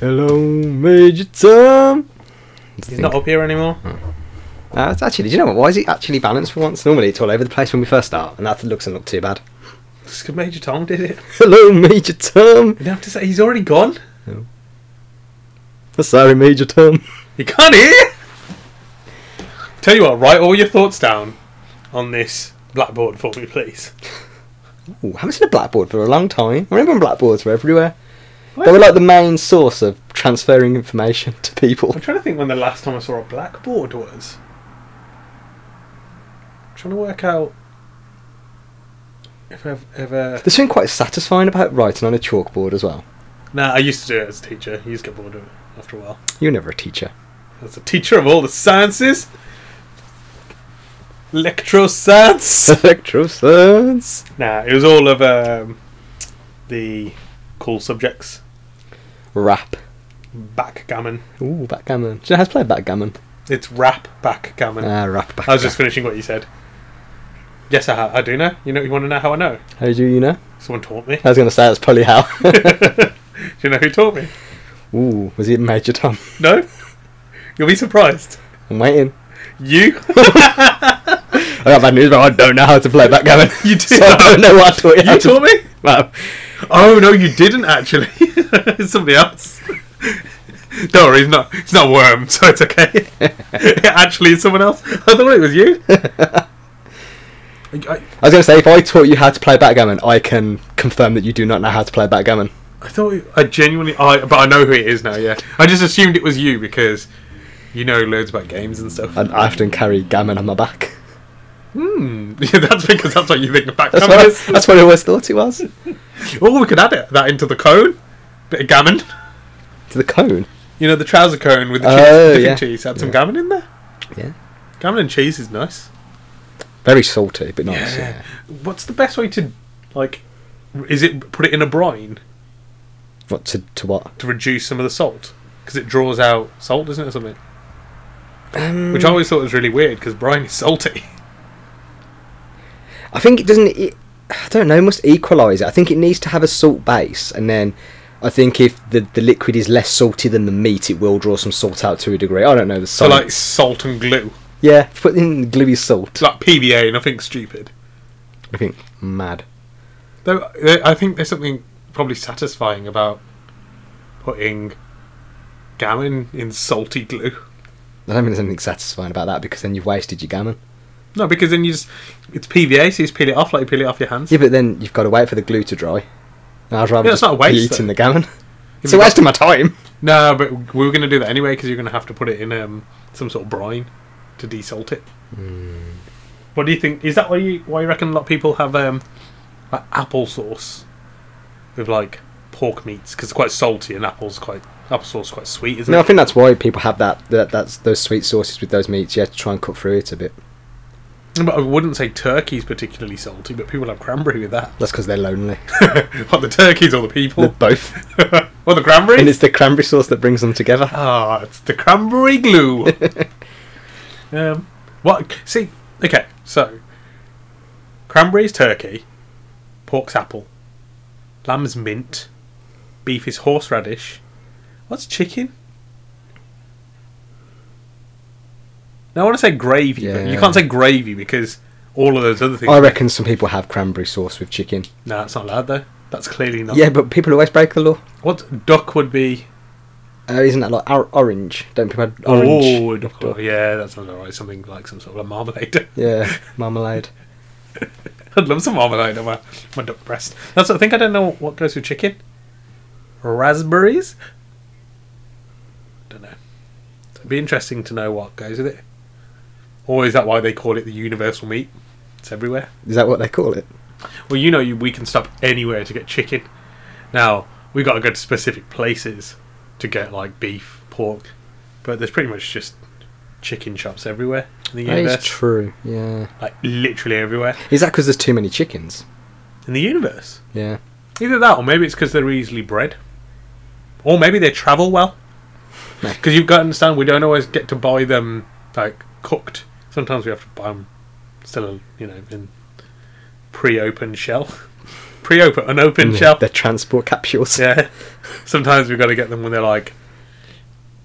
Hello, Major Tom. He's not up here anymore. Uh, it's actually, do you know what? Why is it actually balanced for once? Normally, it's all over the place when we first start, and that looks and look too bad. It's 'cause Major Tom did it. Hello, Major Tom. You don't have to say he's already gone. Oh, Sorry, Major Tom. You can't hear. Tell you what, write all your thoughts down on this blackboard for me, please. Ooh, haven't seen a blackboard for a long time. I remember when blackboards were everywhere. They were like the main source of transferring information to people. I'm trying to think when the last time I saw a blackboard was. I'm trying to work out if I've ever. There's something quite satisfying about writing on a chalkboard as well. Nah, I used to do it as a teacher. You just get bored of it after a while. You're never a teacher. As a teacher of all the sciences, electroscience. Electroscience. nah, it was all of um, the cool subjects. Rap. Backgammon. Ooh, backgammon. Do you know how to play backgammon? It's rap backgammon. Ah, rap backgammon. I was just finishing what you said. Yes, I, ha- I do know. You know, you want to know how I know? How do you know? Someone taught me. I was going to say that's probably how. do you know who taught me? Ooh, was it Major Tom? No? You'll be surprised. I'm waiting. You? I got bad news, but I don't know how to play backgammon. You do So I don't know what I taught you. how you to- taught me? Wow. Oh, no, you didn't actually. it's somebody else. Don't worry, it's not, it's not Worm, so it's okay. it actually is someone else. I thought it was you. I, I, I was going to say, if I taught you how to play backgammon, I can confirm that you do not know how to play backgammon. I thought I genuinely, I but I know who it is now. Yeah, I just assumed it was you because you know loads about games and stuff. And I often carry gammon on my back. Hmm. Yeah, that's because that's what you think of That's what, I, backgammon is. that's what I always thought it was. To Oh, we could add it that into the cone. Bit of gammon. the cone. You know the trouser cone with the cheese, Oh, dipping yeah. cheese. Add some gammon in there. Yeah. Gammon and cheese is nice. Very salty, but nice. Yeah. What's the best way to like? Is it put it in a brine What to, to what? to reduce some of the salt? Because it draws out salt, doesn't it, or something? Um, Which I always thought was really weird because brine is salty. I think it doesn't. It, I don't know. It must equalise it. I think it needs to have a salt base, and then I think if the, the liquid is less salty than the meat, it will draw some salt out to a degree. I don't know the So salt. like salt and glue. yeah, put in gluey salt. It's like PBA, nothing stupid. I think mad. Though there- I think there's something probably satisfying about putting gammon in salty glue. I don't think there's anything satisfying about that because then you've wasted your gammon. No, because then you just it's PVA, so you just peel it off like you peel it off your hands. Yeah, but then you've got to wait for the glue to dry. And I'd rather Yeah, it's just not a waste, be eating though. the gammon. It's a you waste of my time. No, but we were going to do that anyway because you're going to have to put it in um, some sort of brine to desalt it. Hmm. What do you think? Is that why you why you reckon a lot of people have um, like applesauce with like pork meats because it's quite salty and apples quite applesauce is quite sweet, isn't No, I it? think that's why people have that, that that's those sweet sauces with those meats. Yeah, to try and cut through it a bit. But I wouldn't say turkey's particularly salty, but people have cranberry with that. That's because they're lonely. what the turkeys or the They're people? both. or the And cranberry? it's the cranberry sauce that brings them together. Ah, it's the cranberry glue. um, what? See, okay, so cranberry is turkey, pork's apple, lamb's mint, beef is horseradish. What's chicken? Now I want to say gravy, but you Yeah. can't say gravy because all of those other things. I reckon some people have cranberry sauce with chicken. no, that's not allowed though. That's clearly not. Yeah, but people always break the law. What duck would be? Uh, isn't that like or- orange? Don't people have orange? Oh, duck. duck. Yeah, that sounds alright. Something like some sort of a marmalade. Yeah, marmalade. I'd love some marmalade on my, my duck breast. That's the thing I don't know what goes with chicken. Raspberries? Don't know. It'd be interesting to know what goes with it. Or is that why they call it the universal meat? It's everywhere. Is that what they call it? Well, you know, you, we can stop anywhere to get chicken. Now we got to go to specific places to get like beef, pork, but there's pretty much just chicken shops everywhere in the That is universe. true. Yeah. like literally everywhere Is that because there's too many chickens? in the universe. Yeah. Either that, or maybe it's because they're easily bred, or maybe they travel well. Meh. Because you've got to understand, we don't always get to buy them like cooked. Sometimes we have to buy them still, you know, in pre-open shell, pre-open unopened Yeah, shell. They're transport capsules. Yeah. Sometimes we've got to get them when they're like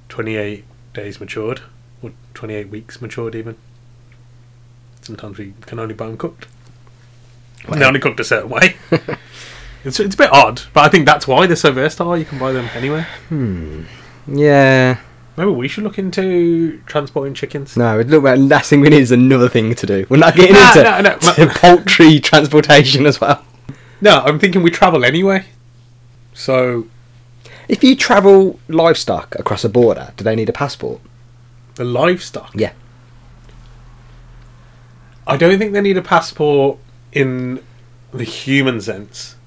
28 days matured, or 28 weeks matured, even. Sometimes we can only buy them cooked. And They're only cooked a certain way. it's, it's a bit odd, but I think that's why they're so versatile. You can buy them anywhere. Yeah. Maybe we should look into transporting chickens. No, we'd look, well, last thing we need is another thing to do. We're not getting No, into no, no, to but- poultry transportation as well. No, I'm thinking we travel anyway. So If you travel livestock across a border, do they need a passport? the livestock. Yeah. I don't think they need a passport in the human sense,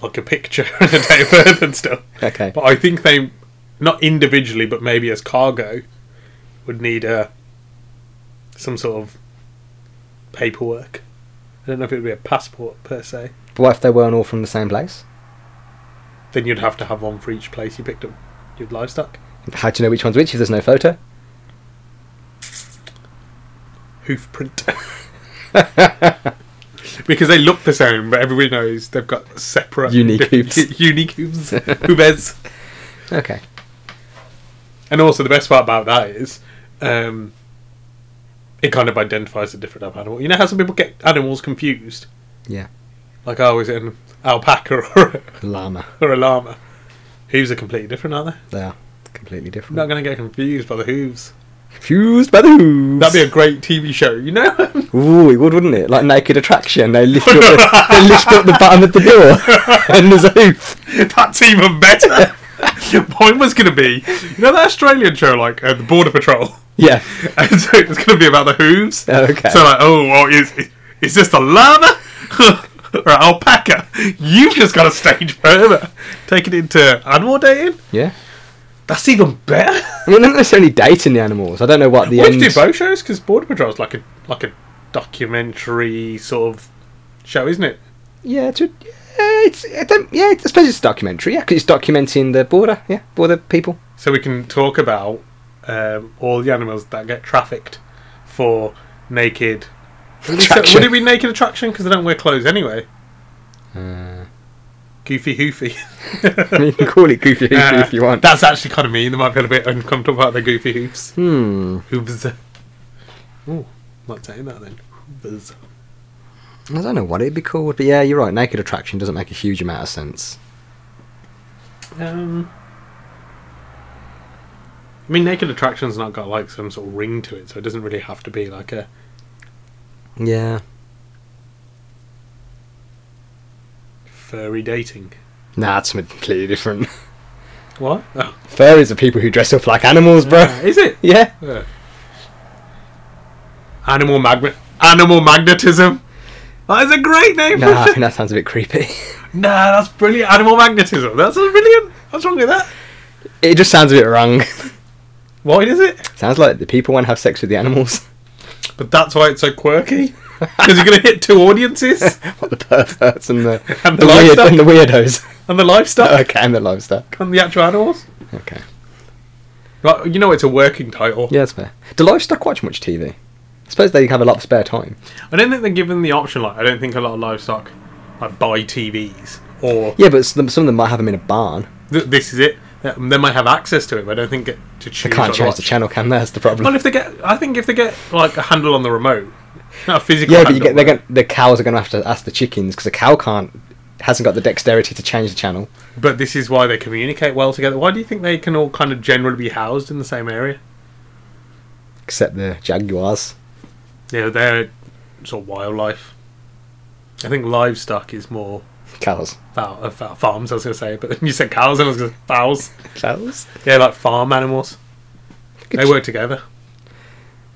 like a picture and a date of birth and stuff. Okay. But I think they, not individually, but maybe as cargo, would need a some sort of paperwork. I don't know if it would be a passport per se. But what if they weren't all from the same place? Then you'd have to have one for each place you picked up your livestock. How do you know which one's which if there's no photo? Hoof print. because they look the same, but everybody knows they've got separate Unique hooves. unique hooves, hooves. Okay. And also, the best part about that is, um, it kind of identifies a different type of animal. You know how some people get animals confused? Yeah. Like, oh, is it an alpaca or a, Llama. or a llama? Hooves are completely different, aren't they? They are completely I'm different. not going to get confused by the hooves. Confused by the hooves. That'd be a great TV show, you know? Ooh, it would, wouldn't it? Like Naked Attraction. They lift up the, they lift up the bottom of the door and there's a hoof. That's even better. Mine was going to be, you know, that Australian show, like uh, the Border Patrol. Yeah. And so it's going to be about the hooves. Okay. So like, oh, well, is is this a llama or an alpaca? You've just got a stage further. Take it into animal dating. Yeah. That's even better. I mean, they're not necessarily dating the animals. I don't know what the we end. should do both shows because Border Patrol is like a like a documentary sort of show, isn't it? Yeah, to, yeah, it's, I don't, yeah, I suppose it's documentary. Yeah, 'cause it's documenting the border. Yeah, border people. So we can talk about um, all the animals that get trafficked for naked. Would it- Attraction. Would it be naked attraction? Because they don't wear clothes anyway. Hmm. Goofy hoofy. you can call it goofy Hoofy Uh, if you want. That's actually kind of mean. They might feel a bit uncomfortable about their goofy hoops. hmm. Hooves. Oh, not saying that then. Hooves. I don't know what it'd be called, but yeah, you're right. Naked attraction doesn't make a huge amount of sense. Um. I mean, naked attraction's not got like some sort of ring to it, so it doesn't really have to be like a. Yeah. Furry dating. Nah, it's something completely different. What? Oh, Furries are people who dress up like animals, bro. is it? yeah. Uh, Animal magnet. Animal magnetism. That is a great name. Nah, I for think that sounds a bit creepy. nah, that's brilliant. Animal magnetism. That's brilliant. What's wrong with that? It just sounds a bit wrong. Why does it? sounds like the people want to have sex with the animals. But that's why it's so quirky. Because you're going to hit two audiences what the perverts and the And the, the weird, livestock. and the weirdos. and the livestock okay, and the livestock. and the actual animals. Okay. Right, you know it's a working title. Yeah, that's fair. Do livestock watch much TV? I suppose they have a lot of spare time. I don't think they're given the option. Like, I don't think a lot of livestock like buy TVs or Yeah, but some, some of them might have them in a barn. th- this is it. They they might have access to it, but I don't think get to choose. They can't what to change watch. the channel, can they? That's the Well, problem. if they get, I think if they get like a handle on the remote, not a physical. Yeah, but you handle, get, they're gonna, the cows are going to have to ask the chickens because the cow can't hasn't got the dexterity to change the channel. But this is why they communicate well together. Why do you think they can all kind of generally be housed in the same area? Except the jaguars. Yeah, they're sort of wildlife. I think livestock is more Cows. fowl, uh, fowl, farms. I was going to say, but then you said cows, and I was going to say fowls. Cows. Yeah, like farm animals. Good They ch- work together.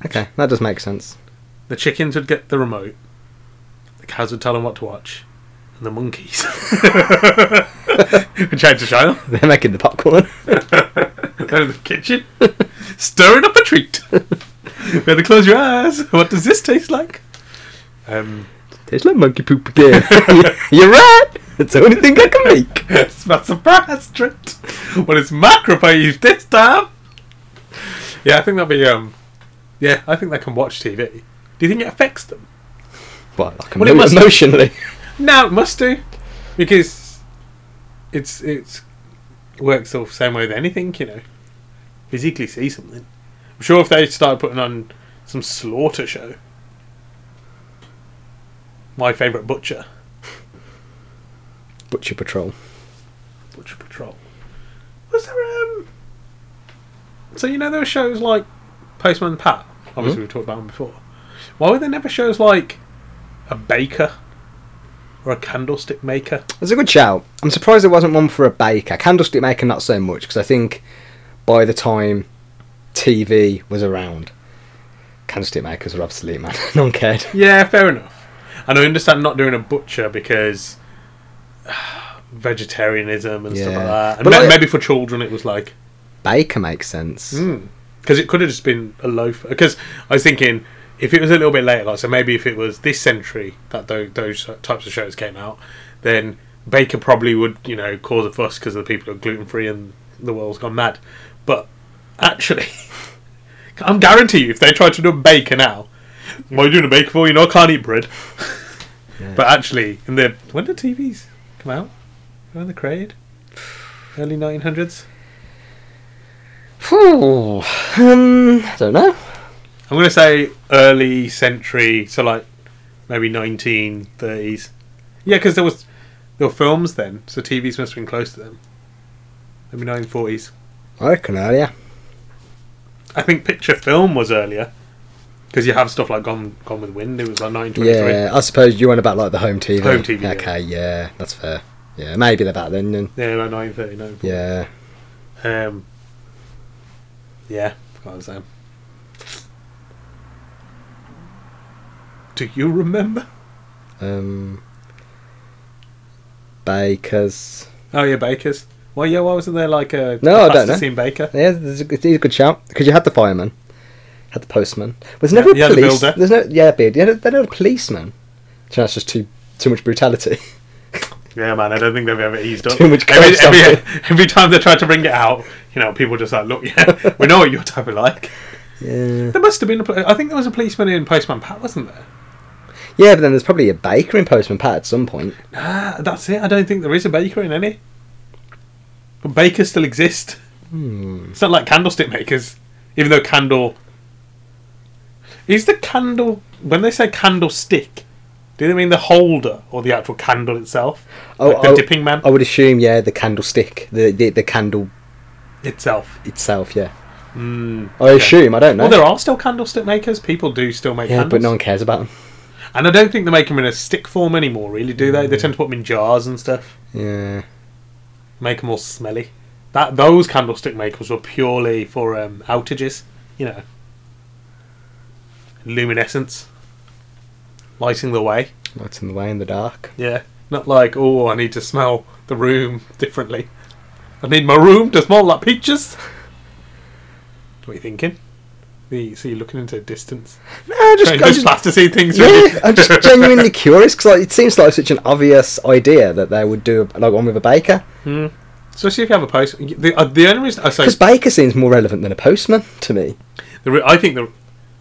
Okay, that does make sense. The chickens would get the remote. the cows would tell them what to watch, and the monkeys would change the channel. They're making the popcorn. They're in the kitchen, stirring up a treat. Better close your eyes. What does this taste like? Um, Tastes like monkey poop again. You're right. That's the only thing I can make. it's my surprise treat. Well, it's microwave this time. Yeah, I think that'll be. Um, yeah, I think they can watch TV. Do you think it affects them? Well, like Well, it emo- must- emotionally. No, it must do, because it's it's works the same way with anything, you know. Physically see something. I'm sure if they started putting on some slaughter show, my favourite butcher, Butcher Patrol. Butcher Patrol. Was there um? So you know there were shows like Postman Pat. Obviously, Mhm. we've talked about them before. Why were there never shows like a baker or a candlestick maker? That's a good shout. I'm surprised there wasn't one for a baker. Candlestick maker, not so much, because I think by the time TV was around, candlestick makers were obsolete, man. no one cared. Yeah, fair enough. And I understand not doing a butcher because vegetarianism and stuff Yeah. like that. And But ma- like- maybe for children it was like Baker makes sense. Mm. because Hmm. it could have just been a loaf. Because I was thinking if it was a little bit later, like so maybe if it was this century that those, those types of shows came out, then Baker probably would you know cause a fuss because the people are gluten free and the world's gone mad. But actually, I'm guarantee you if they tried to do a baker now. What are you doing a baker for? You know I can't eat bread. Yeah. But actually, in the when did TVs come out? When the crade, early 1900s. Phew. um, I don't know. I'm going to say early century, so like maybe 1930s. Yeah, because there was there were films then, so TVs must have been close to them. Maybe 1940s. I reckon earlier. I think picture film was earlier because you have stuff like Gone Gone with Wind. It was like 1923. Yeah, I suppose you went about like the home TV. Home TV, yeah. Okay, yeah, that's fair. Yeah, maybe they're back then. then. Yeah, like 1939. Yeah. Um, yeah, I was um, Do you remember? Um, bakers. Oh yeah, Baker's. Well, yeah, why wasn't there like a No, a I don't know. plasticine Baker? Yeah, there's a, it's a good shout because you had the fireman, had the postman. Was never you a had the police. builder. there's no yeah, beard. Yeah, they're not a policeman. So that's just too too much brutality. Yeah, man, I don't think they've ever eased up. Too much every, curse, every, haven't every time they try to bring it out, you know, people just like, look, yeah, we know what your type are like. yeah. There must have been a. poli- I think there was a policeman in Postman Pat, wasn't there? Yeah, but then there's probably a baker in Postman Pat at some point. Nah, that's it. I don't think there is a baker in any. But bakers still exist. Hmm. It's not like candlestick makers, even though candle. Is the candle when they say candlestick? Do they mean the holder or the actual candle itself? Oh, like the oh, dipping man I would assume yeah, the candlestick, the the, the candle itself. itself. Yeah. Mm, I okay. assume. I don't know. Well, there are still candlestick makers. People do still make yeah, candles, but no one cares about them. and I don't think they make them in a stick form anymore. Really, do they? They Mm. tend to put them in jars and stuff, Yeah. make them all smelly. That those candlestick makers were purely for um, outages, you know, luminescence, lighting the way. Lights in the way in the dark. Yeah, not like oh, I need to smell the room differently. I need my room to smell like peaches. What are you thinking? The, so you're looking into distance. No, I just, Trying I just, just plasticine things. Yeah, really. I'm just genuinely curious because like, it seems like such an obvious idea that they would do like one with a baker. Hmm. Especially if you have a post. The, uh, the only reason I say Because baker seems more relevant than a postman to me. the re- I think the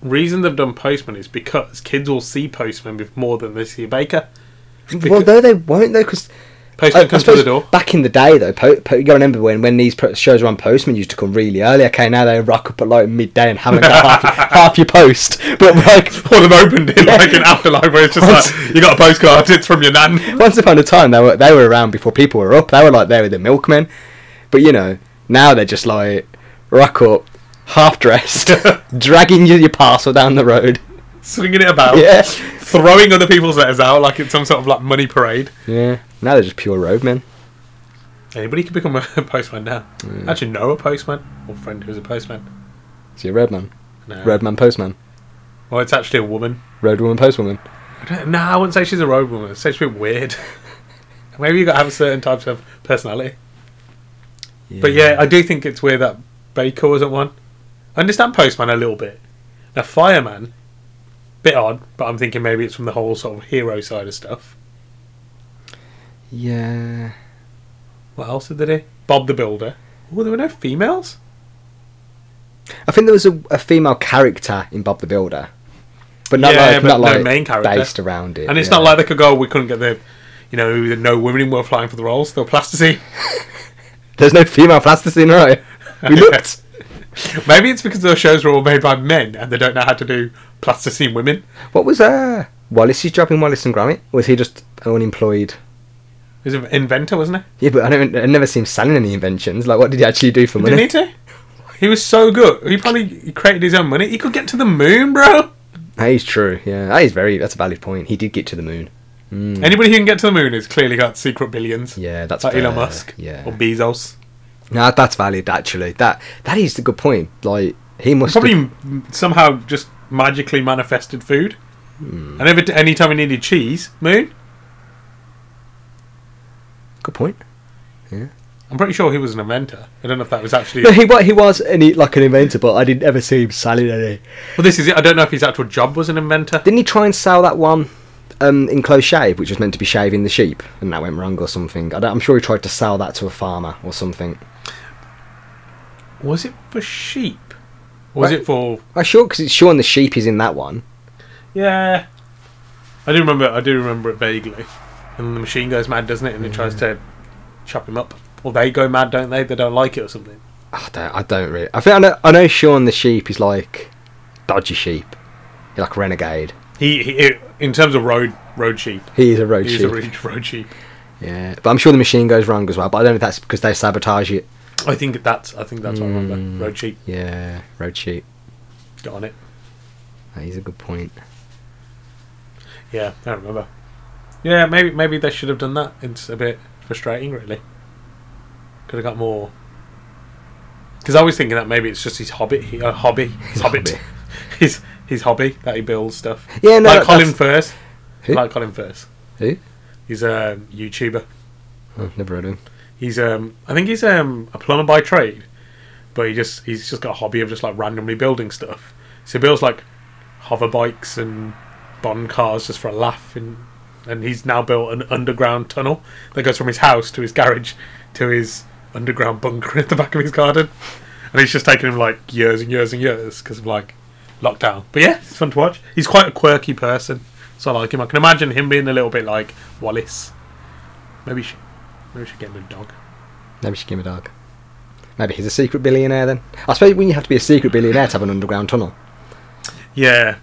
reason they've done postman is because kids will see postman bef- more than they see a baker. well, Because- though they won't though because. Postman comes to the door. back in the day, though, po- po- you gotta remember when, when these pro- shows were on Postman used to come really early. Okay, now they rock up at like midday and haven't got half, your- half your post. But like, Or they've opened it like an afterlife where it's just like Once- you got a postcard. It's from your nan. once upon a time, they were they were around before people were up. They were like there with the milkmen. But you know, now they're just like rock up, half dressed, dragging you your parcel down the road. swinging it about, Yeah. throwing other people's letters out like it's some sort of like money parade. Yeah. Now they're just pure roadmen. Anybody can become a postman now. Hmm. I Actually, know a postman or friend who's a postman. So you're roadman, No. roadman, postman, Well, it's actually a woman. roadwoman, postwoman. I don't- No, I wouldn't say she's a road woman. I'd say she's a bit weird. Maybe you got to have certain types of personality. But yeah, I do think it's weird that Baker wasn't one. I understand Postman a little bit. Now Fireman, bit odd, but I'm thinking maybe it's from the whole sort of hero side of stuff. yeah. What else did they do? Bob the Builder. Oh, there were no females. I think there was a, a female character in Bob the Builder, but not Yeah, like but not no like main character. based around it. And it's yeah. not like they could go, we couldn't get the, you know, the no women were applying for the roles. They were plasticine. there's no female plasticine, right? We looked. Maybe it's because those shows were all made by men and they don't know how to do plasticine women. What was uh Wallace's job in Wallace and Gromit? Was he just unemployed? He was an inventor, wasn't he? Yeah, but I don't. I never seen him selling any inventions. Like, what did he actually do for Didn't money? he to? He was so good. He probably he created his own money. He could get to the moon, bro. That is true. Yeah, that is very. That's a valid point. He did get to the moon. Mm. Anybody who can get to the moon has clearly got secret billions. yeah, that's like Elon fair. Musk Yeah, or Bezos. no, that's valid actually. That that is a good point. Like he must Probably have- m- somehow just magically manifested food. Hmm. And every t- any time he needed cheese, moon. good point. I'm pretty sure he was an inventor. I don't know if that was actually. No, he wa- he was any like an inventor, but I didn't ever see him selling any. well, this is it. I don't know if his actual job was an inventor. Didn't he try and sell that one um, enclosed shave, which was meant to be shaving the sheep, and that went wrong or something? I don't, I'm sure he tried to sell that to a farmer or something. Was it for sheep? Or was Right. it for I'm sure because it's Sean the sheep is in that one. Yeah. I do remember I do remember it vaguely. And the machine goes mad, doesn't it? And it tries to Mm-hmm. chop him up. Or they go mad, don't they? They don't like it or something. I don't, I don't really. I think I know, I know Sean the sheep is like dodgy sheep, He's like a renegade. He, he it, in terms of road road sheep, He is a road he's sheep. a road, road sheep. yeah, but I'm sure the machine goes wrong as well. But I don't know if that's because they sabotage it. I think that's I think that's what I Mm. remember. Road sheep Yeah, road sheep. got on it. That is a good point. Yeah, I remember. Yeah, maybe maybe they should have done that. It's a bit frustrating, really. Could have got more. Because I was thinking that maybe it's just his hobby, he- uh, hobby, his hobbit, hobby. his his hobby that he builds stuff. Yeah, no, like Colin that's- Firth. Who? Like Colin Firth. Who? He's a YouTuber. Oh, never heard of him. He's um, I think he's um, a plumber by trade, but he just he's just got a hobby of just like randomly building stuff. So he builds like hover bikes and bond cars just for a laugh, and and he's now built an underground tunnel that goes from his house to his garage to his underground bunker at the back of his garden, and it's just taken him like years and years and years because of like lockdown. But yeah, it's fun to watch. He's quite a quirky person, so I like him. I can imagine him being a little bit like Wallace. Maybe she, maybe she should get him a dog. Maybe she gave me a dog. Maybe he's a secret billionaire then. I suppose when you have to be a secret billionaire to have an underground tunnel. Yeah.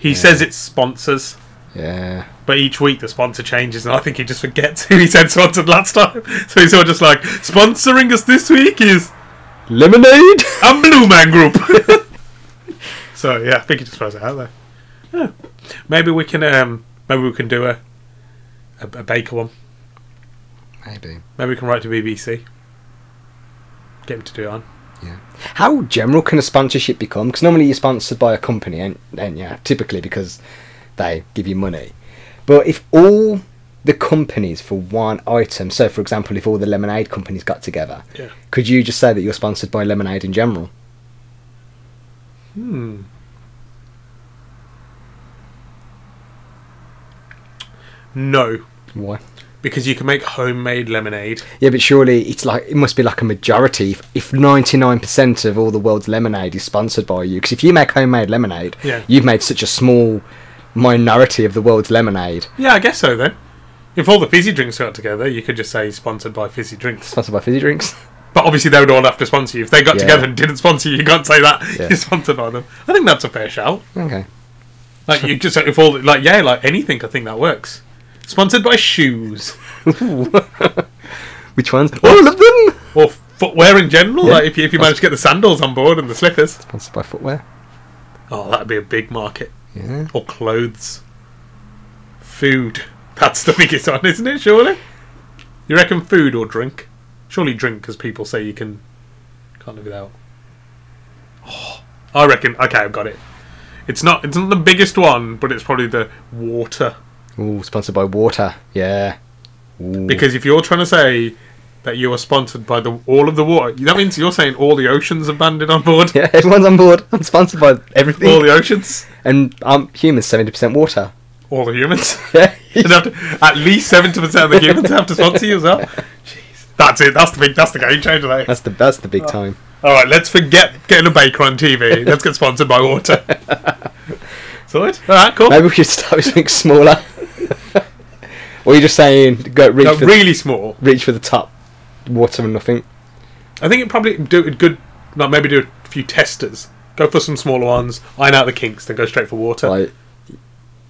He says it's sponsors, Yeah. but each week the sponsor changes, and I think he just forgets who he said sponsored last time. So he's all just like, sponsoring us this week is Lemonade. a Blue Man Group. so yeah, I think he just throws it out there. Yeah. Maybe we can, um, maybe we can do a, a, a Baker one. Maybe. Maybe we can write to BBC. Get him to do it on. How general can a sponsorship become? Because normally you're sponsored by a company, and and yeah, typically because they give you money. But if all the companies for one item, so for example, if all the lemonade companies got together, Yeah. could you just say that you're sponsored by lemonade in general? Hmm. No, Why? Because you can make homemade lemonade. Yeah, but surely it's like it must be like a majority. If, if 99% of all the world's lemonade is sponsored by you, because if you make homemade lemonade, Yeah. you've made such a small minority of the world's lemonade Yeah, I guess so then. If all the fizzy drinks got together, you could just say sponsored by fizzy drinks. sponsored by fizzy drinks. But obviously, they would all have to sponsor you. If they got Yeah. together and didn't sponsor you, you can't say that Yeah. you're sponsored by them. I think that's a fair shout. Okay. Like you just if all like yeah, like anything, I think that works. Sponsored by shoes Which ones? All of them. or footwear in general. Yeah. Like if you, if you manage to get the sandals on board and the slippers, Sponsored by footwear. oh, that'd be a big market. Yeah. Or clothes, food. That's the biggest one, isn't it? Surely. You reckon food or drink? Surely drink, because people say you can can't live without. Oh, I reckon. Okay, I've got it. It's not it's not the biggest one, but it's probably the water. Ooh, sponsored by water. Yeah. Ooh. Because if you're trying to say that you are sponsored by the all of the water, that means you're saying all the oceans have banded on board. yeah, everyone's on board. I'm sponsored by everything, All the oceans, and I'm humans seventy percent water. all the humans. Yeah. You'd have to, at least seventy percent of the humans have to sponsor you as well. Jeez, that's it. That's the big. That's the game changer. There. that's the that's the big time. All right, let's forget getting a baker on TV. Let's get sponsored by water. Sorted. All right, cool. Maybe we should start with something smaller. or you're just saying go reach No, for really small. reach for the top, water and nothing. I think it probably do it good. Like maybe do a few testers. Go for some smaller ones. Iron out the kinks, then go straight for water. Like,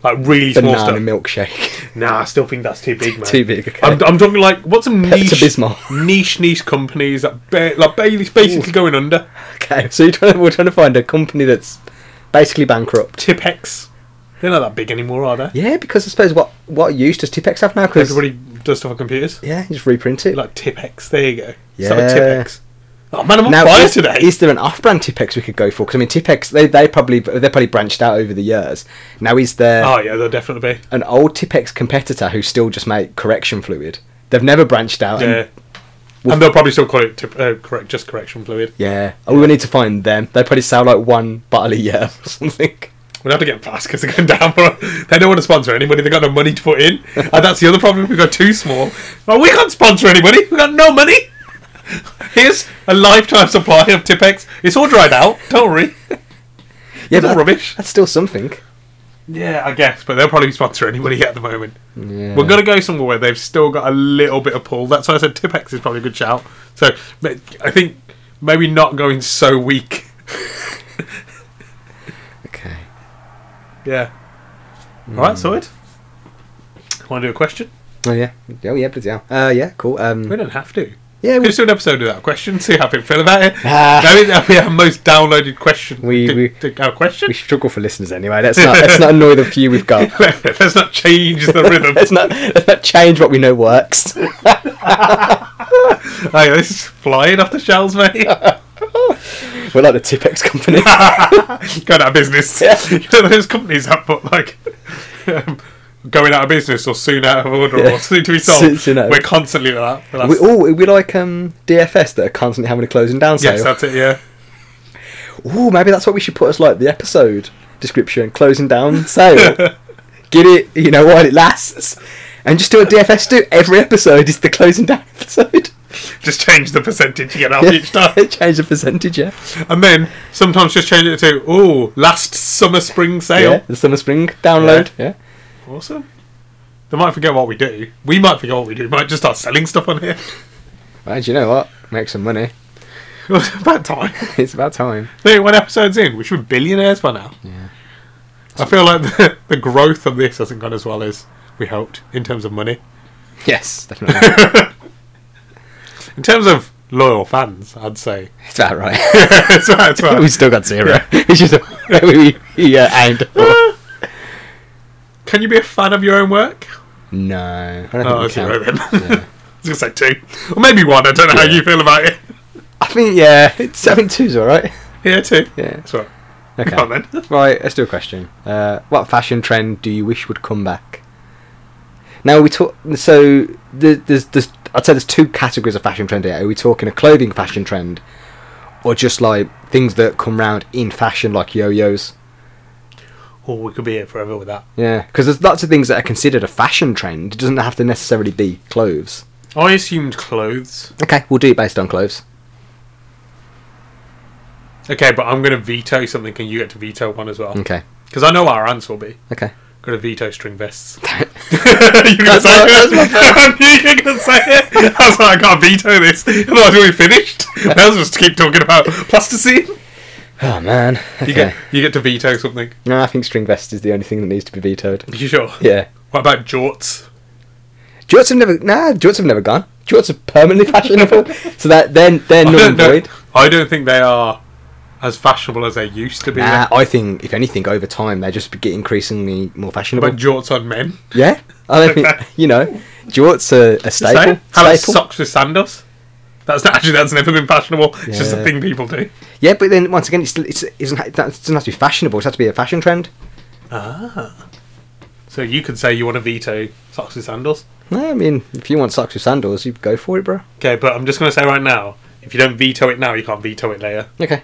Like really small banana stuff. milkshake. Nah, I still think that's too big, man. Too big. Okay. I'm, I'm talking like what's some niche, Pepto-Bismol. niche, niche companies that ba- like Bailey's basically going under. okay. So you're trying, we're trying to find a company that's basically bankrupt. Tipex, they're not that big anymore, are they? Yeah, because I suppose what what use does Tipex have now? Because Everybody does stuff on computers. yeah, you just reprint it. Like Tipex, there you go. Yeah. Yeah. Tipex. Oh man, I'm on now, fire is, today. is there an off-brand Tipex we could go for? Because I mean, Tipex they they probably they probably branched out over the years. Now is there oh yeah, there'll definitely be. an old Tipex competitor who still just make correction fluid? They've never branched out. and Yeah. And they'll probably still call it tip, uh, correct, just correction fluid. Yeah. Oh, we need to find them. They probably sell like one bottle a year or something. We'd have to get fast because they're going down. For, they don't want to sponsor anybody. They've got no money to put in. And that's the other problem. We've got too small. Well, we can't sponsor anybody. We've got no money. Here's a lifetime supply of Tipex. It's all dried out. Don't worry. Yeah, It's all but rubbish. That's still something. Yeah, I guess. But they'll probably sponsor anybody at the moment. Yeah. We're going to go somewhere where they've still got a little bit of pull. That's why I said Tipex is probably a good shout. So but I think maybe not going so weak. Okay. Yeah. All Hmm. right, sorted. Want to do a question? Oh yeah. Oh yeah. Bloody hell. Uh, yeah. Cool. We Um. don't have to. Yeah. Could We, just do an episode without a question, see how people feel about it. Ah. that is that'd be our most downloaded question. We- to, we- to- our question? we struggle for listeners anyway. Let's not. let's not annoy the few we've got. Let's not change the rhythm. let's not. Let's not change what we know works. Hey, this is flying off the shelves, mate. We're like the Tipex company. Going out of business. Yeah. You know those companies that put like um, going out of business or soon out of order Yeah. or soon to be Soon- sold. soon out of- We're constantly like that. we That's- all. We like um DFS that are constantly having a closing down sale. yes, uh, that's it. Yeah. Ooh, maybe that's what we should put as like the episode description, closing down sale. Get it, you know, while it lasts. And just do what DFS do. Every episode is the closing down episode. Just change the percentage you get off each time. Change the percentage, yeah. And then sometimes just change it to, oh, last summer spring Yeah, sale. the summer spring download. Yeah. Awesome. They might forget what we do. We might forget what we do. We might just start selling stuff on here. Well, do you know what? Make some money. it's about time. It's about time. 31 episodes in. We should be billionaires by now. Yeah. I feel like the, the growth of this hasn't gone as well as we hoped in terms of money. Yes, definitely. In terms of loyal fans, I'd say. it's about right. that's right, that's right. we still got zero. It's just a, we, we uh, aimed for. Can you be a fan of your own work? No. I don't Oh, think zero we can. then. Yeah. I was going to say two. Or maybe one. I don't know how Yeah. you feel about it. I think, yeah, it's 7 2's alright. Yeah, Oh, two. Yeah. That's right. Okay. Come on then. Right, let's do a question. Uh, what fashion trend do you wish would come back? Now we talk. So the- there's, there's, I'd say there's two categories of fashion trend here. Are we talking a clothing fashion trend, or just like things that come round in fashion, like yo-yos? Oh, we could be here forever with that. Yeah, because there's lots of things that are considered a fashion trend. It doesn't have to necessarily be clothes. I assumed clothes. Okay, we'll do it based on clothes. Okay, but I'm going to veto something, and you get to veto one as well. Okay, Because I know what our answer will be. okay. Going to veto string vests. Damn it. you're going to That's say my- it. I that's knew you were going to say it. That's why I can't veto this. Otherwise, we'll be finished. Let's just keep talking about plasticine. Oh man. Okay. You get you get to veto something. No, I think string vest is the only thing that needs to be vetoed. You sure? Yeah. What about jorts? Jorts have never nah. Jorts have never gone. Jorts are permanently fashionable, so that then they're null and don't know- void. I don't think they are as fashionable as they used to be. Nah, What I think if anything, over time they just get increasingly more fashionable. about jorts on men? yeah, I don't think you know. Jorts are a Same. staple. How about staple. socks with sandals? That's not, actually that's never been fashionable. It's just a Yeah. thing people do. Yeah, but then once again, it's, it's, it doesn't ha- it doesn't have to be fashionable. It has to be a fashion trend. Ah. So you could say you want to veto socks with sandals. No, I mean, if you want socks with sandals, you go for it, bro. Okay, but I'm just going to say right now, if you don't veto it now, you can't veto it later. Okay,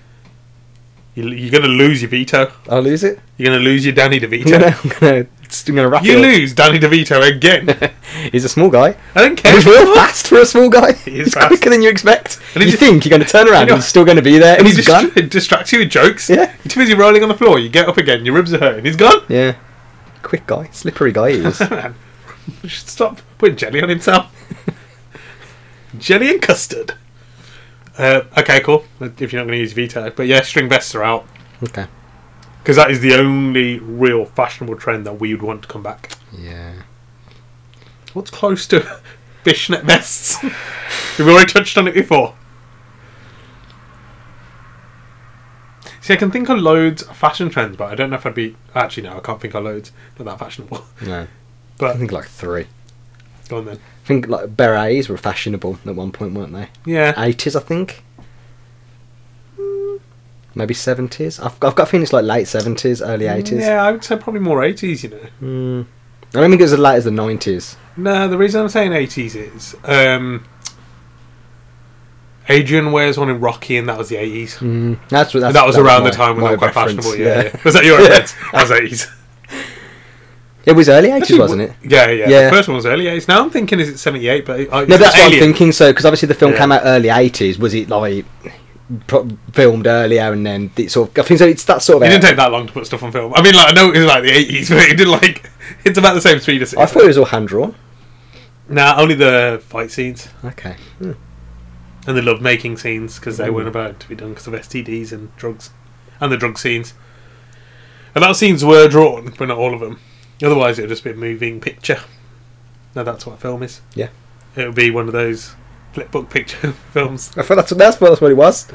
You, you're going to lose your veto. I'll lose it. You're going to lose your Danny I'm DeVito. gonna, I'm gonna, I'm gonna wrap You it. lose Danny DeVito again. up. He's a small guy. I don't care. He's real fast for a small guy. He is He's fast. quicker than you expect. And he you just- think you're going to turn around You know- and he's still going to be there, and He he's gone. distra- distracts you with jokes. Yeah. You're too busy rolling on the floor. You get up again. Your ribs are hurting. He's gone. Yeah, quick guy, slippery guy he is. Man, we should stop putting jelly on himself. jelly and custard. Uh, okay, cool. If you're not going to use veto, but yeah, string vests are out okay. because that is the only real fashionable trend that we would want to come back. Yeah. What's close to fishnet vests? We've already touched on it before. See, I can think of loads of fashion trends, but I don't know if I'd be. Actually, no, I can't think of loads. Not that fashionable. No, I But think like three. go on then. I think like berets were fashionable at one point, weren't they? Yeah. Eighties, I think. Mm. Maybe seventies. I've, I've got a feeling it's like late seventies, early eighties. Yeah, I would say probably more 80s, you know. Mm. I don't think it was as late as the nineties. No, the reason I'm saying 80s is um, Adrian wears one in Rocky, and that was the 80s. Mm. That's, what- that's that was around the my- time when my they were quite reference, fashionable. Yeah, yeah. was that your reference? That was 80s. It was early eighties, Actually, wasn't it? Yeah, yeah. Yeah. The first one was early 80s. Now I'm thinking, is it 78? But uh, No, is it that's what I'm Alien? thinking. So, because obviously the film Yeah. came out early '80s, was it like pro- filmed earlier and then it sort of? I think so. It's that sort It of. didn't take that long to put stuff on film. I mean, like I know it was like the 80s, but it did like it's about the same speed as. I thought it was all hand drawn. Nah, only the fight scenes Okay. and the love making scenes because they Ooh. weren't about to be done because of STDs and drugs, and the drug scenes. And that scenes were drawn, but not all of them. Otherwise, it would just be a moving picture. No, that's what a film is. Yeah. it would be one of those flip book picture films. I thought that's what, that's what, that's what it was.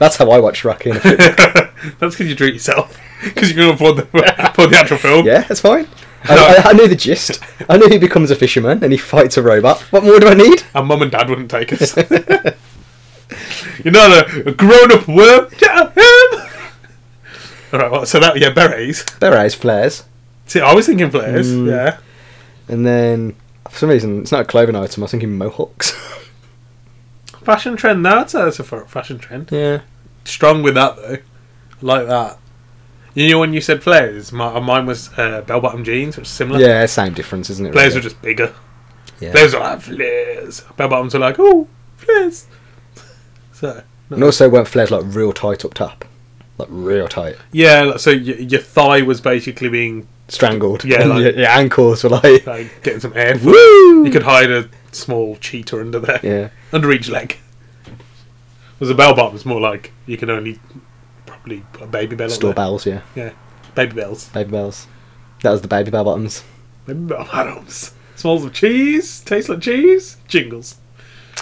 That's how I watched Rocky. in a film. that's because you drew it yourself because you can afford the, afford the actual film. yeah, that's fine. No. I, I, I knew the gist. I knew he becomes a fisherman and he fights a robot. What more do I need? And mum and dad wouldn't take us. You're not a, a grown up worm. Alright, well, so that, yeah, berets. Berets, flares, See, I was thinking flares, Mm. yeah. and then for some reason it's not a clothing item. I was thinking mohawks. Fashion trend, no, that's a, that's a fa- fashion trend. yeah. Strong with that, though. I like that. You know, when you said flares, my, mine was uh, bell bottom jeans, which is similar. Yeah, same difference, isn't it? Flares were really? just bigger. Yeah. Flares were like, flares. Bell bottoms were like, oh, flares. So, And also weren't flares like real tight up top, like real tight. yeah, like, so y- your thigh was basically being, strangled. Yeah, And like- your, your ankles were like, like, getting some air. woo. You could hide a small cheetah under there, yeah, under each leg. Was a bell bottom? It's more like you can only probably put a baby bell. on store there. bells. Yeah, baby bells, baby bells. That was the baby bell bottoms. baby bell bottoms. Smells of cheese, tastes like cheese, jingles.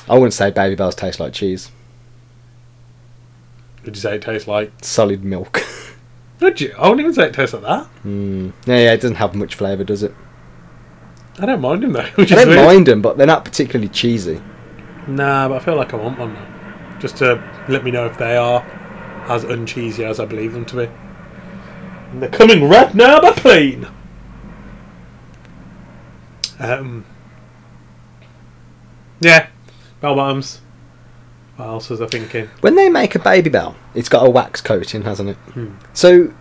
I wouldn't say baby bells taste like cheese. Would you say it tastes like? Solid milk. Would you? I wouldn't even say it tastes like that. mm. Yeah, yeah, it doesn't have much flavour, does it? I don't mind them though. Which I is don't weird. mind them, but they're not particularly cheesy. Nah, but I feel like I want one now, just to let me know if they are as uncheesy as I believe them to be. And they're coming right now by plane. Um. Yeah, bell bottoms. What else was I thinking? When they make a baby bell, it's got a wax coating, hasn't it? Hmm. So,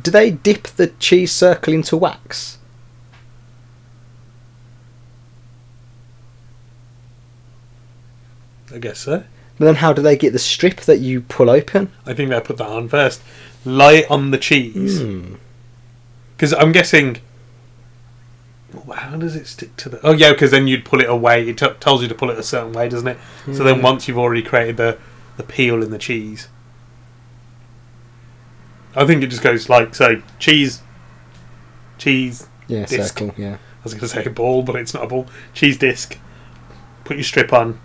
do they dip the cheese circle into wax? I guess so. But then, how do they get the strip that you pull open? I think they put that on first. Light on the cheese. Mm. Because I'm guessing. How does it stick to the? Oh yeah, because then you'd pull it away. It t- tells you to pull it a certain way, doesn't it? So then once you've already created the the peel in the cheese, I think it just goes like so: cheese, cheese. Yeah, Disc. circle. Yeah. I was going to say ball, but it's not a ball. Cheese disc. Put your strip on.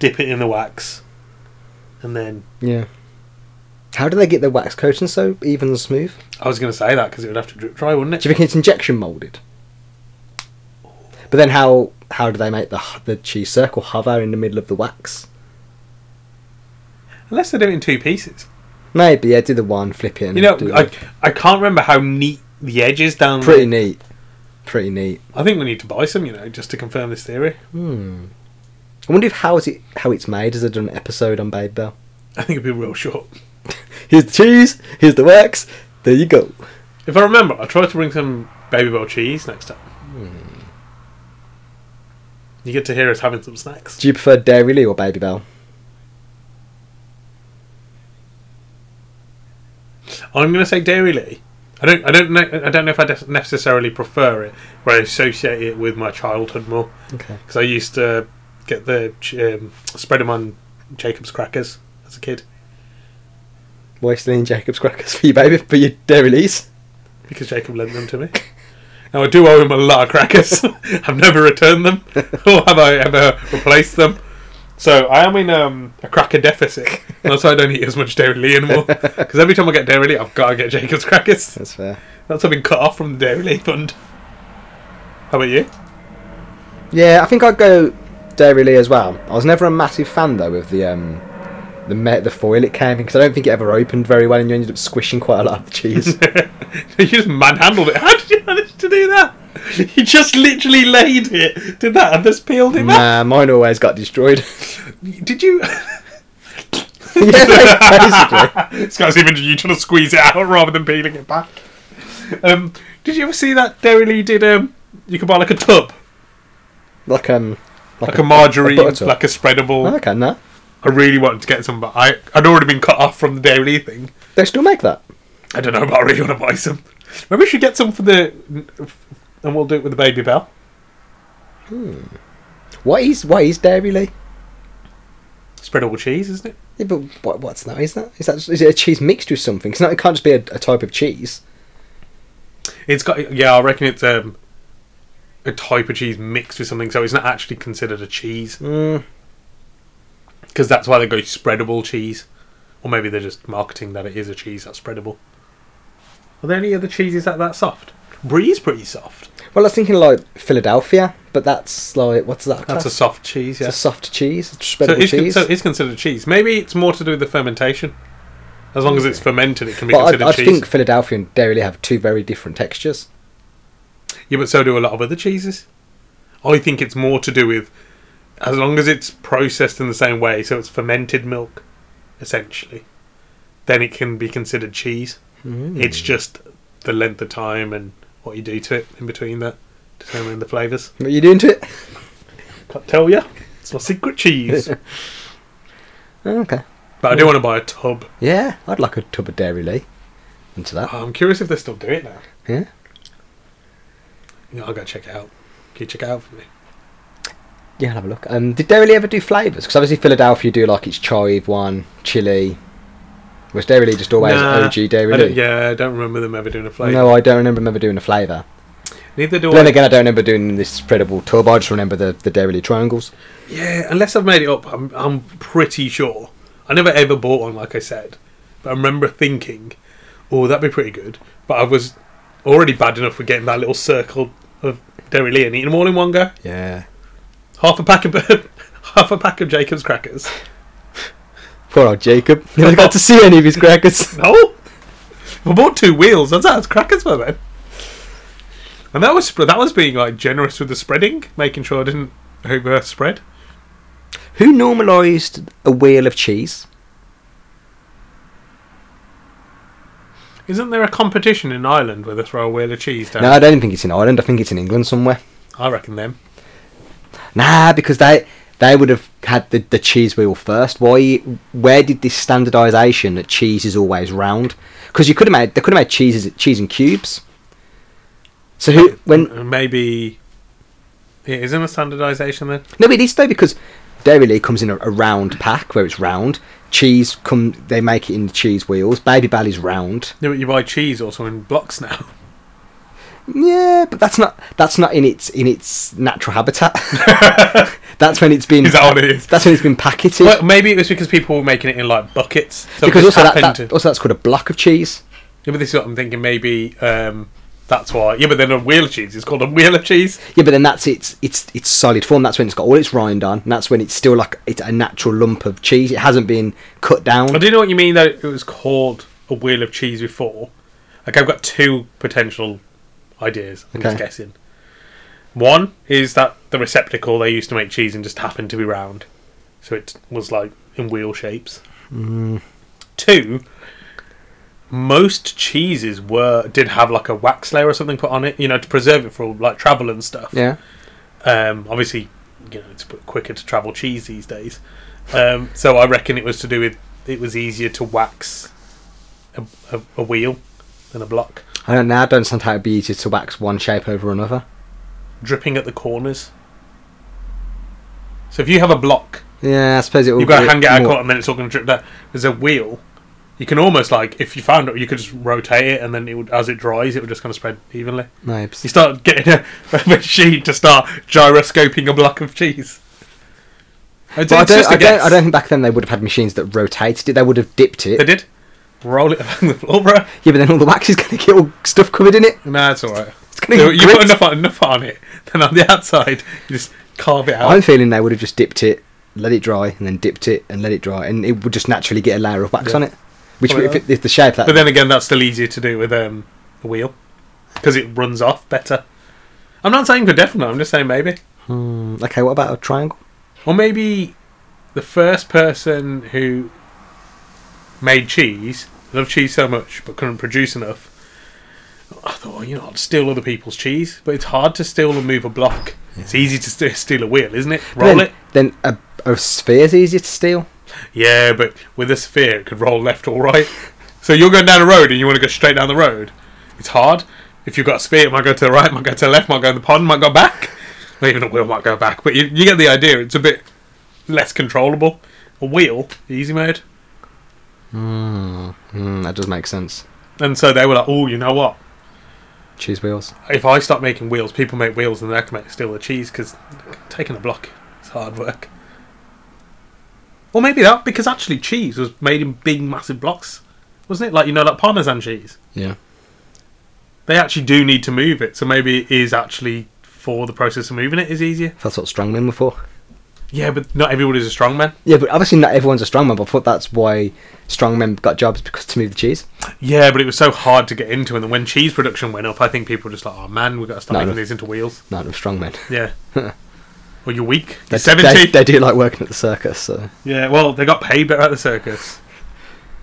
Dip it in the wax, and then Yeah. How do they get the wax coating so even and smooth? I was going to say that because it would have to drip dry, wouldn't it? Do you think it's injection molded? But then how how do they make the h- the cheese circle hover in the middle of the wax? Unless they do it in two pieces. Maybe yeah, do the one, flip it. And You know, do I, the- I can't remember how neat the edge is down pretty neat, pretty neat. I think we need to buy some, you know, just to confirm this theory. Hmm. I wonder if how is it how it's made. Has it done an episode on Babe Bell? I think it'd be real short. Here's the cheese. Here's the wax. There you go. If I remember, I'll try to bring some Baby Bell cheese next time. Hmm. You get to hear us having some snacks. Do you prefer Dairy Lee or Baby Bell? I'm going to say Dairy Lee. I don't, I don't know, I don't know if I des- necessarily prefer it, but I associate it with my childhood more Okay. because I used to get the ch- um, spread them on Jacob's crackers as a kid Wasting Jacob's crackers for you, baby, for your Dairy Lees. because Jacob lent them to me. Now I do owe him a lot of crackers. I've never returned them, or have I ever replaced them. So I am in um, a cracker deficit. And That's why I don't eat as much Dairy Lee anymore. Because every time I get Dairy Lee, I've got to get Jacob's crackers. That's fair. That's I've been cut off from the Dairy Lee fund. How about you? Yeah, I think I'd go Dairy Lee as well. I was never a massive fan though of the um, the me- the foil it came in because I don't think it ever opened very well, and you ended up squishing quite a lot of the cheese. you just manhandled it. How did you manage to do that? You just literally laid it, did that, and just peeled it back. nah, mine always got destroyed. Did you? yeah, like, basically. this guy's even you trying to squeeze it out rather than peeling it back. Um, did you ever see that Dairy Lee did? Um, you could buy like a tub, Like um, like, like a margarine, butter tub. like a spreadable. okay, no, I really wanted to get some, but I I'd already been cut off from the Dairy Lee thing. they still make that. I don't know, but I really want to buy some. Maybe we should get some for the, and we'll do it with the baby bell. What is what is Dairy Lee? Spreadable cheese, isn't it? Yeah, but what, what's that? Is that is that is it a cheese mixed with something? It's not. It can't just be a, a type of cheese. It's got yeah, I reckon it's um a type of cheese mixed with something, so it's not actually considered a cheese Mm, because that's why they go spreadable cheese, or maybe they're just marketing that it is a cheese that's spreadable. Are there any other cheeses that that soft? Brie is pretty soft. well, I was thinking like Philadelphia, but that's like what's that? That's a class? soft cheese, yeah. It's a soft cheese, it's so, spreadable it's con- cheese. so it's considered cheese. Maybe it's more to do with the fermentation. As long as it's fermented, it can be but considered I, I cheese. think Philadelphia and Dairy Lee have two very different textures. Yeah, but so do a lot of other cheeses. I think it's more to do with as long as it's processed in the same way, so it's fermented milk, essentially, then it can be considered cheese. Mm. It's just the length of time and what you do to it in between that determining the flavours. What are you doing to it? Can't tell you. It's my secret cheese. Oh, Okay. but I do want to buy a tub. Yeah, I'd like a tub of Dairy Lee. Into that. Oh, I'm curious if they still do it now. Uh-huh. Yeah. You know, I'll go check it out. Can you check it out for me? Yeah, I'll have a look. Um, did Dairy Lee ever do flavours? Because obviously Philadelphia do like its chive one, chili. Was Dairy Lee just always Nah, OG Dairy I Lee? don't, yeah, I don't remember them ever doing a flavour. No, I don't remember, remember doing a flavour. Neither do But then I. again, I don't remember doing this spreadable tub. I just remember the, the Dairy Lee triangles. Yeah, unless I've made it up, I'm, I'm pretty sure. I never ever bought one, like I said. But I remember thinking, oh, that'd be pretty good. But I was already bad enough with getting that little circle of Dairy Lee and eating them all in one go. Yeah. Half a pack of half a pack of Jacob's crackers. Poor old Jacob. Never got to see any of his crackers. No, if I bought two wheels. That's that's crackers by then. And that was that was being like generous with the spreading, making sure I didn't overspread. Who normalised a wheel of cheese? Isn't there a competition in Ireland where they throw a wheel of cheese down? No, I don't think it's in Ireland. I think it's in England somewhere. I reckon them. Nah, because they they would have had the, the cheese wheel first. Why? Where did this standardisation that cheese is always round? Because you could have made they could have made cheeses cheese in cubes. So who when M- uh, maybe it isn't a standardization then. no, it is though because Dairy Lee comes in a, a round pack where it's round. Cheese come they make it in the cheese wheels. Baby Bally's round. No, but you buy cheese also in blocks now. Yeah, but that's not that's not in its in its natural habitat. that's when it's been Is that what it is? that's when it's been packeted. Well, maybe it was because people were making it in like buckets. So it because just also that, happened that to- also that's called a block of cheese. Yeah, but this is what I'm thinking. Maybe um, That's why. Yeah, but then a wheel of cheese is called a wheel of cheese. Yeah, but then that's its its its solid form. That's when it's got all its rind on. And that's when it's still like it's a natural lump of cheese. It hasn't been cut I down. do know what you mean that it was called a wheel of cheese before. Like I've got two potential ideas. I'm just Okay. guessing. One is that the receptacle they used to make cheese in just happened to be round, so it was like in wheel shapes. Two, most cheeses were did have like a wax layer or something put on it, you know, to preserve it for like travel and stuff. Yeah. Um, obviously, you know, it's a bit quicker to travel cheese these days. Um, so I reckon it was to do with it was easier to wax a, a, a wheel than a block, I don't know. I don't understand how it'd be easier to wax one shape over another. dripping at the corners. So if you have a block, Yeah, I suppose it would. you've got to hang it out a more- corner and then it's all going to drip down. There's a wheel. You can almost like if you found it, you could just rotate it, and then it would, as it dries, it would just kind of spread evenly. No, You start getting a, a machine to start gyroscoping a block of cheese. It's, But I it's don't, just a I, don't, guess. I don't think back then they would have had machines that rotated it. They would have dipped it. They did. Roll it along the floor, bro. Yeah, but then all the wax is going to get all stuff covered in it. Nah, it's alright. It's going You, to you get put enough gripped. on, enough on it, then on the outside, you just carve it out. I'm feeling they would have just dipped it, let it dry, and then dipped it and let it dry, and it would just naturally get a layer of wax Yeah. on it. Which, Well, if, it, if the shape that, but then again, that's still easier to do with um, a wheel because it runs off better. I'm not saying for definite. I'm just saying maybe, Hmm, okay, what about a triangle? or maybe the first person who made cheese loved cheese so much but couldn't produce enough. I thought, oh, you know, I'd steal other people's cheese, but it's hard to steal and move a block. It's easy to st- steal a wheel, isn't it? But Roll then, it. Then a, a sphere's easier to steal. Yeah, but with a sphere, it could roll left or right. So you're going down a road and you want to go straight down the road. It's hard. If you've got a sphere, it might go to the right, might go to the left, might go in the pond, might go back. Not even a wheel might go back, but you, you get the idea. It's a bit less controllable. A wheel, easy mode. Hmm, that does make sense. And so they were like, oh, you know what? Cheese wheels. If I start making wheels, people make wheels and they can make steal the cheese because taking a block is hard work. Or maybe that, because actually cheese was made in big, massive blocks, wasn't it? Like, you know, like Parmesan cheese. Yeah. they actually do need to move it. So maybe it is actually for the process of moving it is easier. That's what strongmen were for. Yeah, but not everybody's a strongman. Yeah, but obviously not everyone's a strongman, but I thought that's why strongmen got jobs because to move the cheese. Yeah, but it was so hard to get into. And then when cheese production went up, I think people were just like, oh man, we've got to start No, making no. these into wheels. Not enough strongmen. Yeah. or you're weak. They- You're 70. They, they do like working at the circus, so. yeah, well, they got paid better at the circus.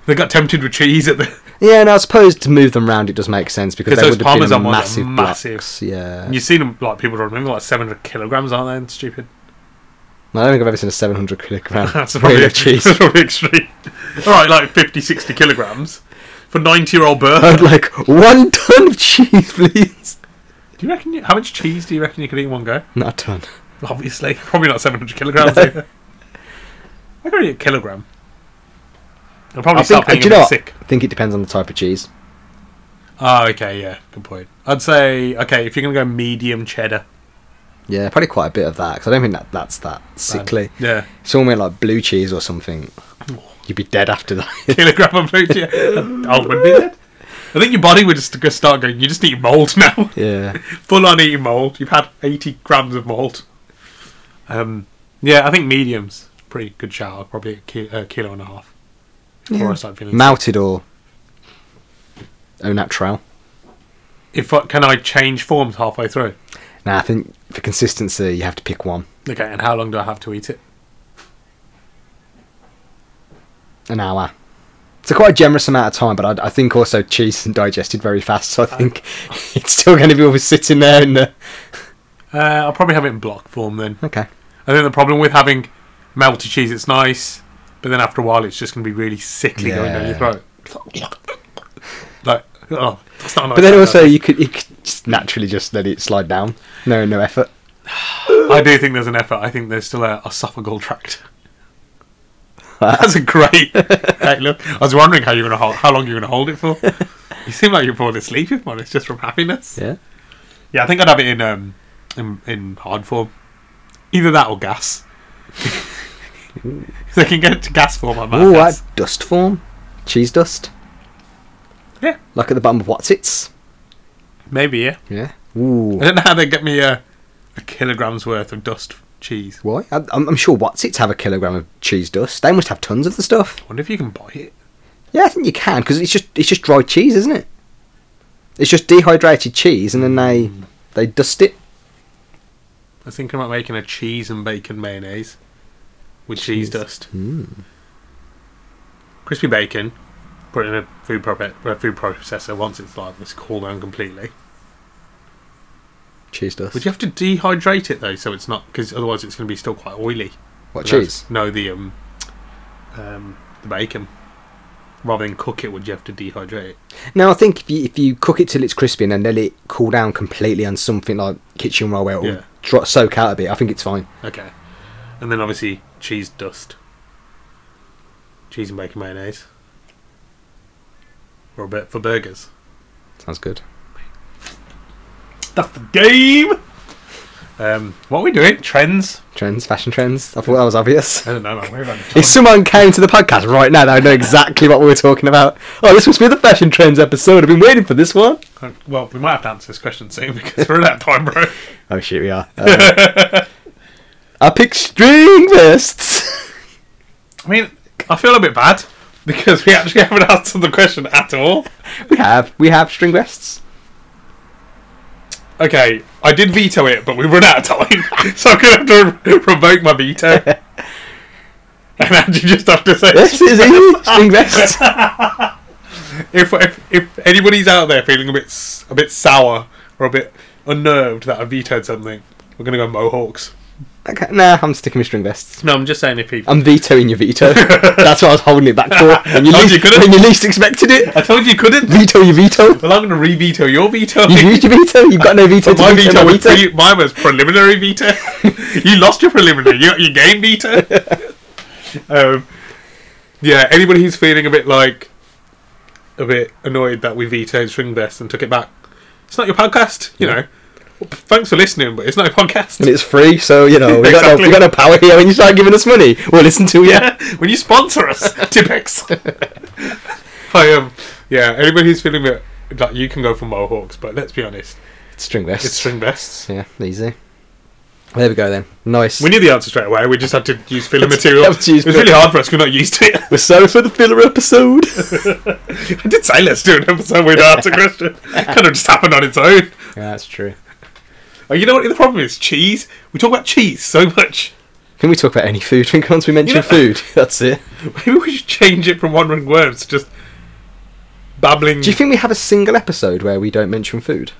They got tempted with cheese at the. Yeah, and I suppose to move them round it does make sense because 'Cause they those would have been Parmesan ones are massive, massive. blocks. Yeah, You've seen them, like, people remember, like 700 kilograms, aren't they? And stupid. No, I don't think I've ever seen a 700 kilogram That's wheel probably, of cheese. that's probably extreme. All right, like 50, 60 kilograms. For 90 year old birth. I'd like one ton of cheese, please. Do you reckon? You, how much cheese do you reckon you could eat in one go? Not a ton. Obviously, probably not seven hundred kilograms. No. either. I could eat a kilogram. I'll probably I start think- uh, do thinking you know I'm what? sick. I think it depends on the type of cheese. Oh, okay, yeah, good point. I'd say okay if you're gonna go medium cheddar. Yeah, probably quite a bit of that because I don't think that that's that sickly. then- Yeah, Somewhere like blue cheese or something, you'd be dead after that. kilogram of blue cheese. I would be dead. I think your body would just go- start going. You just eat mold now. yeah, Full on eating mold. You've had eighty grams of mold. Um, yeah, I think mediums pretty good shout. I'll probably eat a kilo, a kilo and a half before I start feeling. mounted or au natural. If I, can I change forms halfway through? Now I think for consistency you have to pick one. Okay, and how long do I have to eat it? an hour. It's a quite a generous amount of time, but I, I think also cheese and digested very fast, so I think it's still going to be always sitting there in the. Uh, I'll probably have it in block form then. Okay. I think the problem with having melted cheese, it's nice, but then after a while, it's just going to be really sickly going down your Yeah. throat. like, oh, that's not a nice. But then sound. also you could you could just naturally just let it slide down, no no effort. I do think there's an effort. I think there's still a esophageal tract. That's a great. Hey, look, I was wondering how you're going to hold, how long you're going to hold it for. You seem like you're falling asleep, if I'm honest, just from happiness. Yeah. Yeah, I think I'd have it in um in, in hard form. Either that or gas. If they can get it to gas form on Ooh, that. that dust form, cheese dust. Yeah. Like at the bottom of what's its. Maybe, yeah. Yeah. Ooh. I don't know how they get me a, a kilogram's worth of dust cheese. Why? I, I'm, I'm sure Watsits have a kilogram of cheese dust. They must have tons of the stuff. wonder if you can buy it. Yeah, I think you can because it's just it's just dried cheese, isn't it? It's just dehydrated cheese, and then they they dust it. I was thinking about making a cheese and bacon mayonnaise with cheese, Cheese. dust. Mm. Crispy bacon, put it in a food, prope- a food processor once it's like it's cooled down completely. Cheese dust. Would you have to dehydrate it though, so it's not because otherwise it's going to be still quite oily. what No, cheese? No, the um, um, the bacon. Rather than cook it, would you have to dehydrate it? No, I think if you if you cook it till it's crispy and then let it cool down completely on something like kitchen roll, where it'll Yeah. dro- soak out a bit. I think it's fine. Okay, and then obviously cheese dust, cheese and bacon mayonnaise, or a bit for burgers. Sounds good. That's the game. Um, what are we doing? Trends? Trends, fashion trends. I thought that was obvious. I don't know. Man. We're on If someone came to the podcast right now, they would know exactly what we were talking about. Oh, this must be the fashion trends episode. I've been waiting for this one. Um, well, we might have to answer this question soon because we're out of time, bro. Oh shit, we are. Uh, I picked string vests. I mean, I feel a bit bad because we actually haven't answered the question at all. we have we have string vests. Okay, I did veto it, but we run out of time, so I'm gonna have to re- revoke my veto. and now you just have to say Ah, This is easy. String vests. if, if if anybody's out there feeling a bit s- a bit sour or a bit unnerved that I vetoed something, we're gonna go Mohawks. Okay, nah, I'm sticking with string vests. No, I'm just saying if people. I'm vetoing your veto. That's what I was holding it back for. When you, Told least, Oh, you couldn't. when you least expected it. I told you you couldn't. Veto your veto. Well, I'm going to re-veto your veto. You used your veto. You've got no veto But to my veto veto my was veto. pre- mine was preliminary veto. you lost your preliminary. You got your game veto. um, yeah, anybody who's feeling a bit like a bit annoyed that we vetoed string vest and took it back, it's not your podcast. You know, Well, thanks for listening, but it's not your And podcast. it's free, so you know we got no, Exactly. we got no power here. When you start giving us money, we'll listen to you. Yeah, when you sponsor us, Tipex. I um, yeah, anybody who's feeling a bit like you can go for Mohawks, but let's be honest, String vests. it's string vests. Yeah, easy. There we go then. Nice. We knew the answer straight away. We just had to use filler Had to- material. had to use It's filler. really hard for us. 'cause We're not used to it. We're sorry for the filler episode. I did say let's do an episode with answer question. kind of just happened on its own. Yeah, that's true. Oh, you know what the problem is? Cheese. We talk about cheese so much. Can we talk about any food? I think once we mention You know- Hmm. food, that's it. Maybe we should change it from wandering worms to just babbling. Do you think we have a single episode where we don't mention food?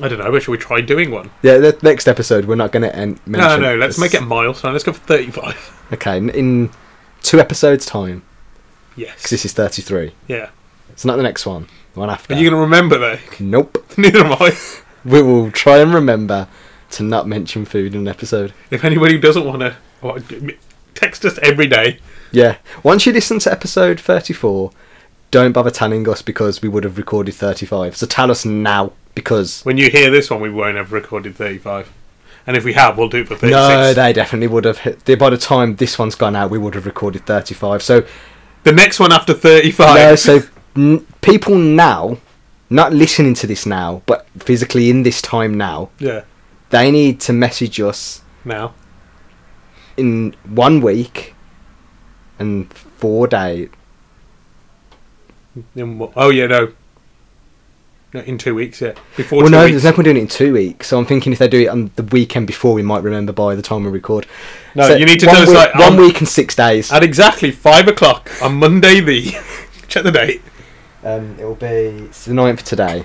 I don't know. But should we try doing one? Yeah, the next episode we're not going to end. No, Mention no. Let's this. make it a milestone. Let's go for thirty-five. okay in- in two episodes' time because Yes. this is thirty-three. Yeah. It's not the next one. The one after. Are you going to remember though? Nope. Neither am I. We will try and remember to not mention food in an episode. If anybody doesn't want to, text us every day. Yeah. Once you listen to episode thirty-four, don't bother telling us because we would have recorded thirty-five. So tell us now because. When you hear this one, we won't have recorded thirty-five. And if we have, we'll do it for thirty-six. No, they definitely would have. hit- By the time this one's gone out, we would have recorded 35. So the next one after thirty-five. No, so n- people now, not listening to this now, but physically in this time now, Yeah. they need to message us Now. in one week and four days. In what? Oh yeah, no. No, in two weeks. Yeah, before Well, two no, weeks. there's no point doing it in two weeks. So I'm thinking if they do it on the weekend before, we might remember by the time we record. No, So you need to one tell us, week, like, one um, week and six days. At exactly five o'clock on Monday. The check the date. Um, it'll be it's the 9th today,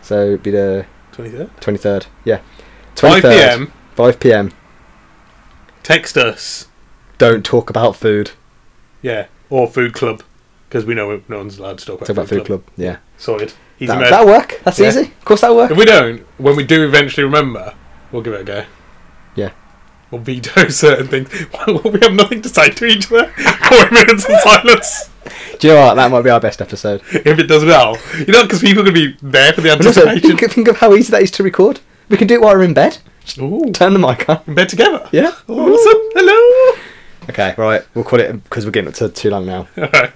so it'll be the Twenty third. 23rd. Yeah, Five 23rd, p.m. 5 p.m. Text us. Don't talk about food. Yeah, or food club because we know no one's allowed to talk about, Talk about food club. Yeah. Sorted. Easy That, mode. that'll work. That's Yeah. easy. Of course, that'll work. If we don't, when we do eventually remember, we'll give it a go. Yeah. We'll veto certain things. we have nothing to say to each other. Four minutes of silence. Do you know what? That might be our best episode. If it does well, you know, because people are going to be there for the And also, anticipation. think, think of how easy that is to record. We can do it while we're in bed. Ooh. Turn the mic on. in bed together. Yeah. Awesome. Hello. Okay, right. We'll call it because we're getting up to too long now. All right.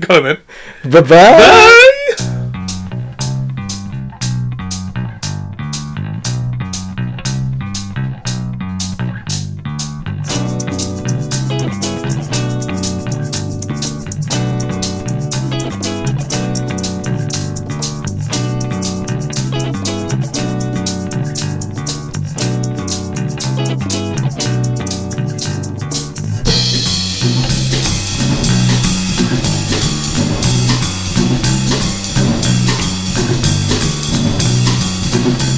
Go on then. Bye bye. Bye. Bye.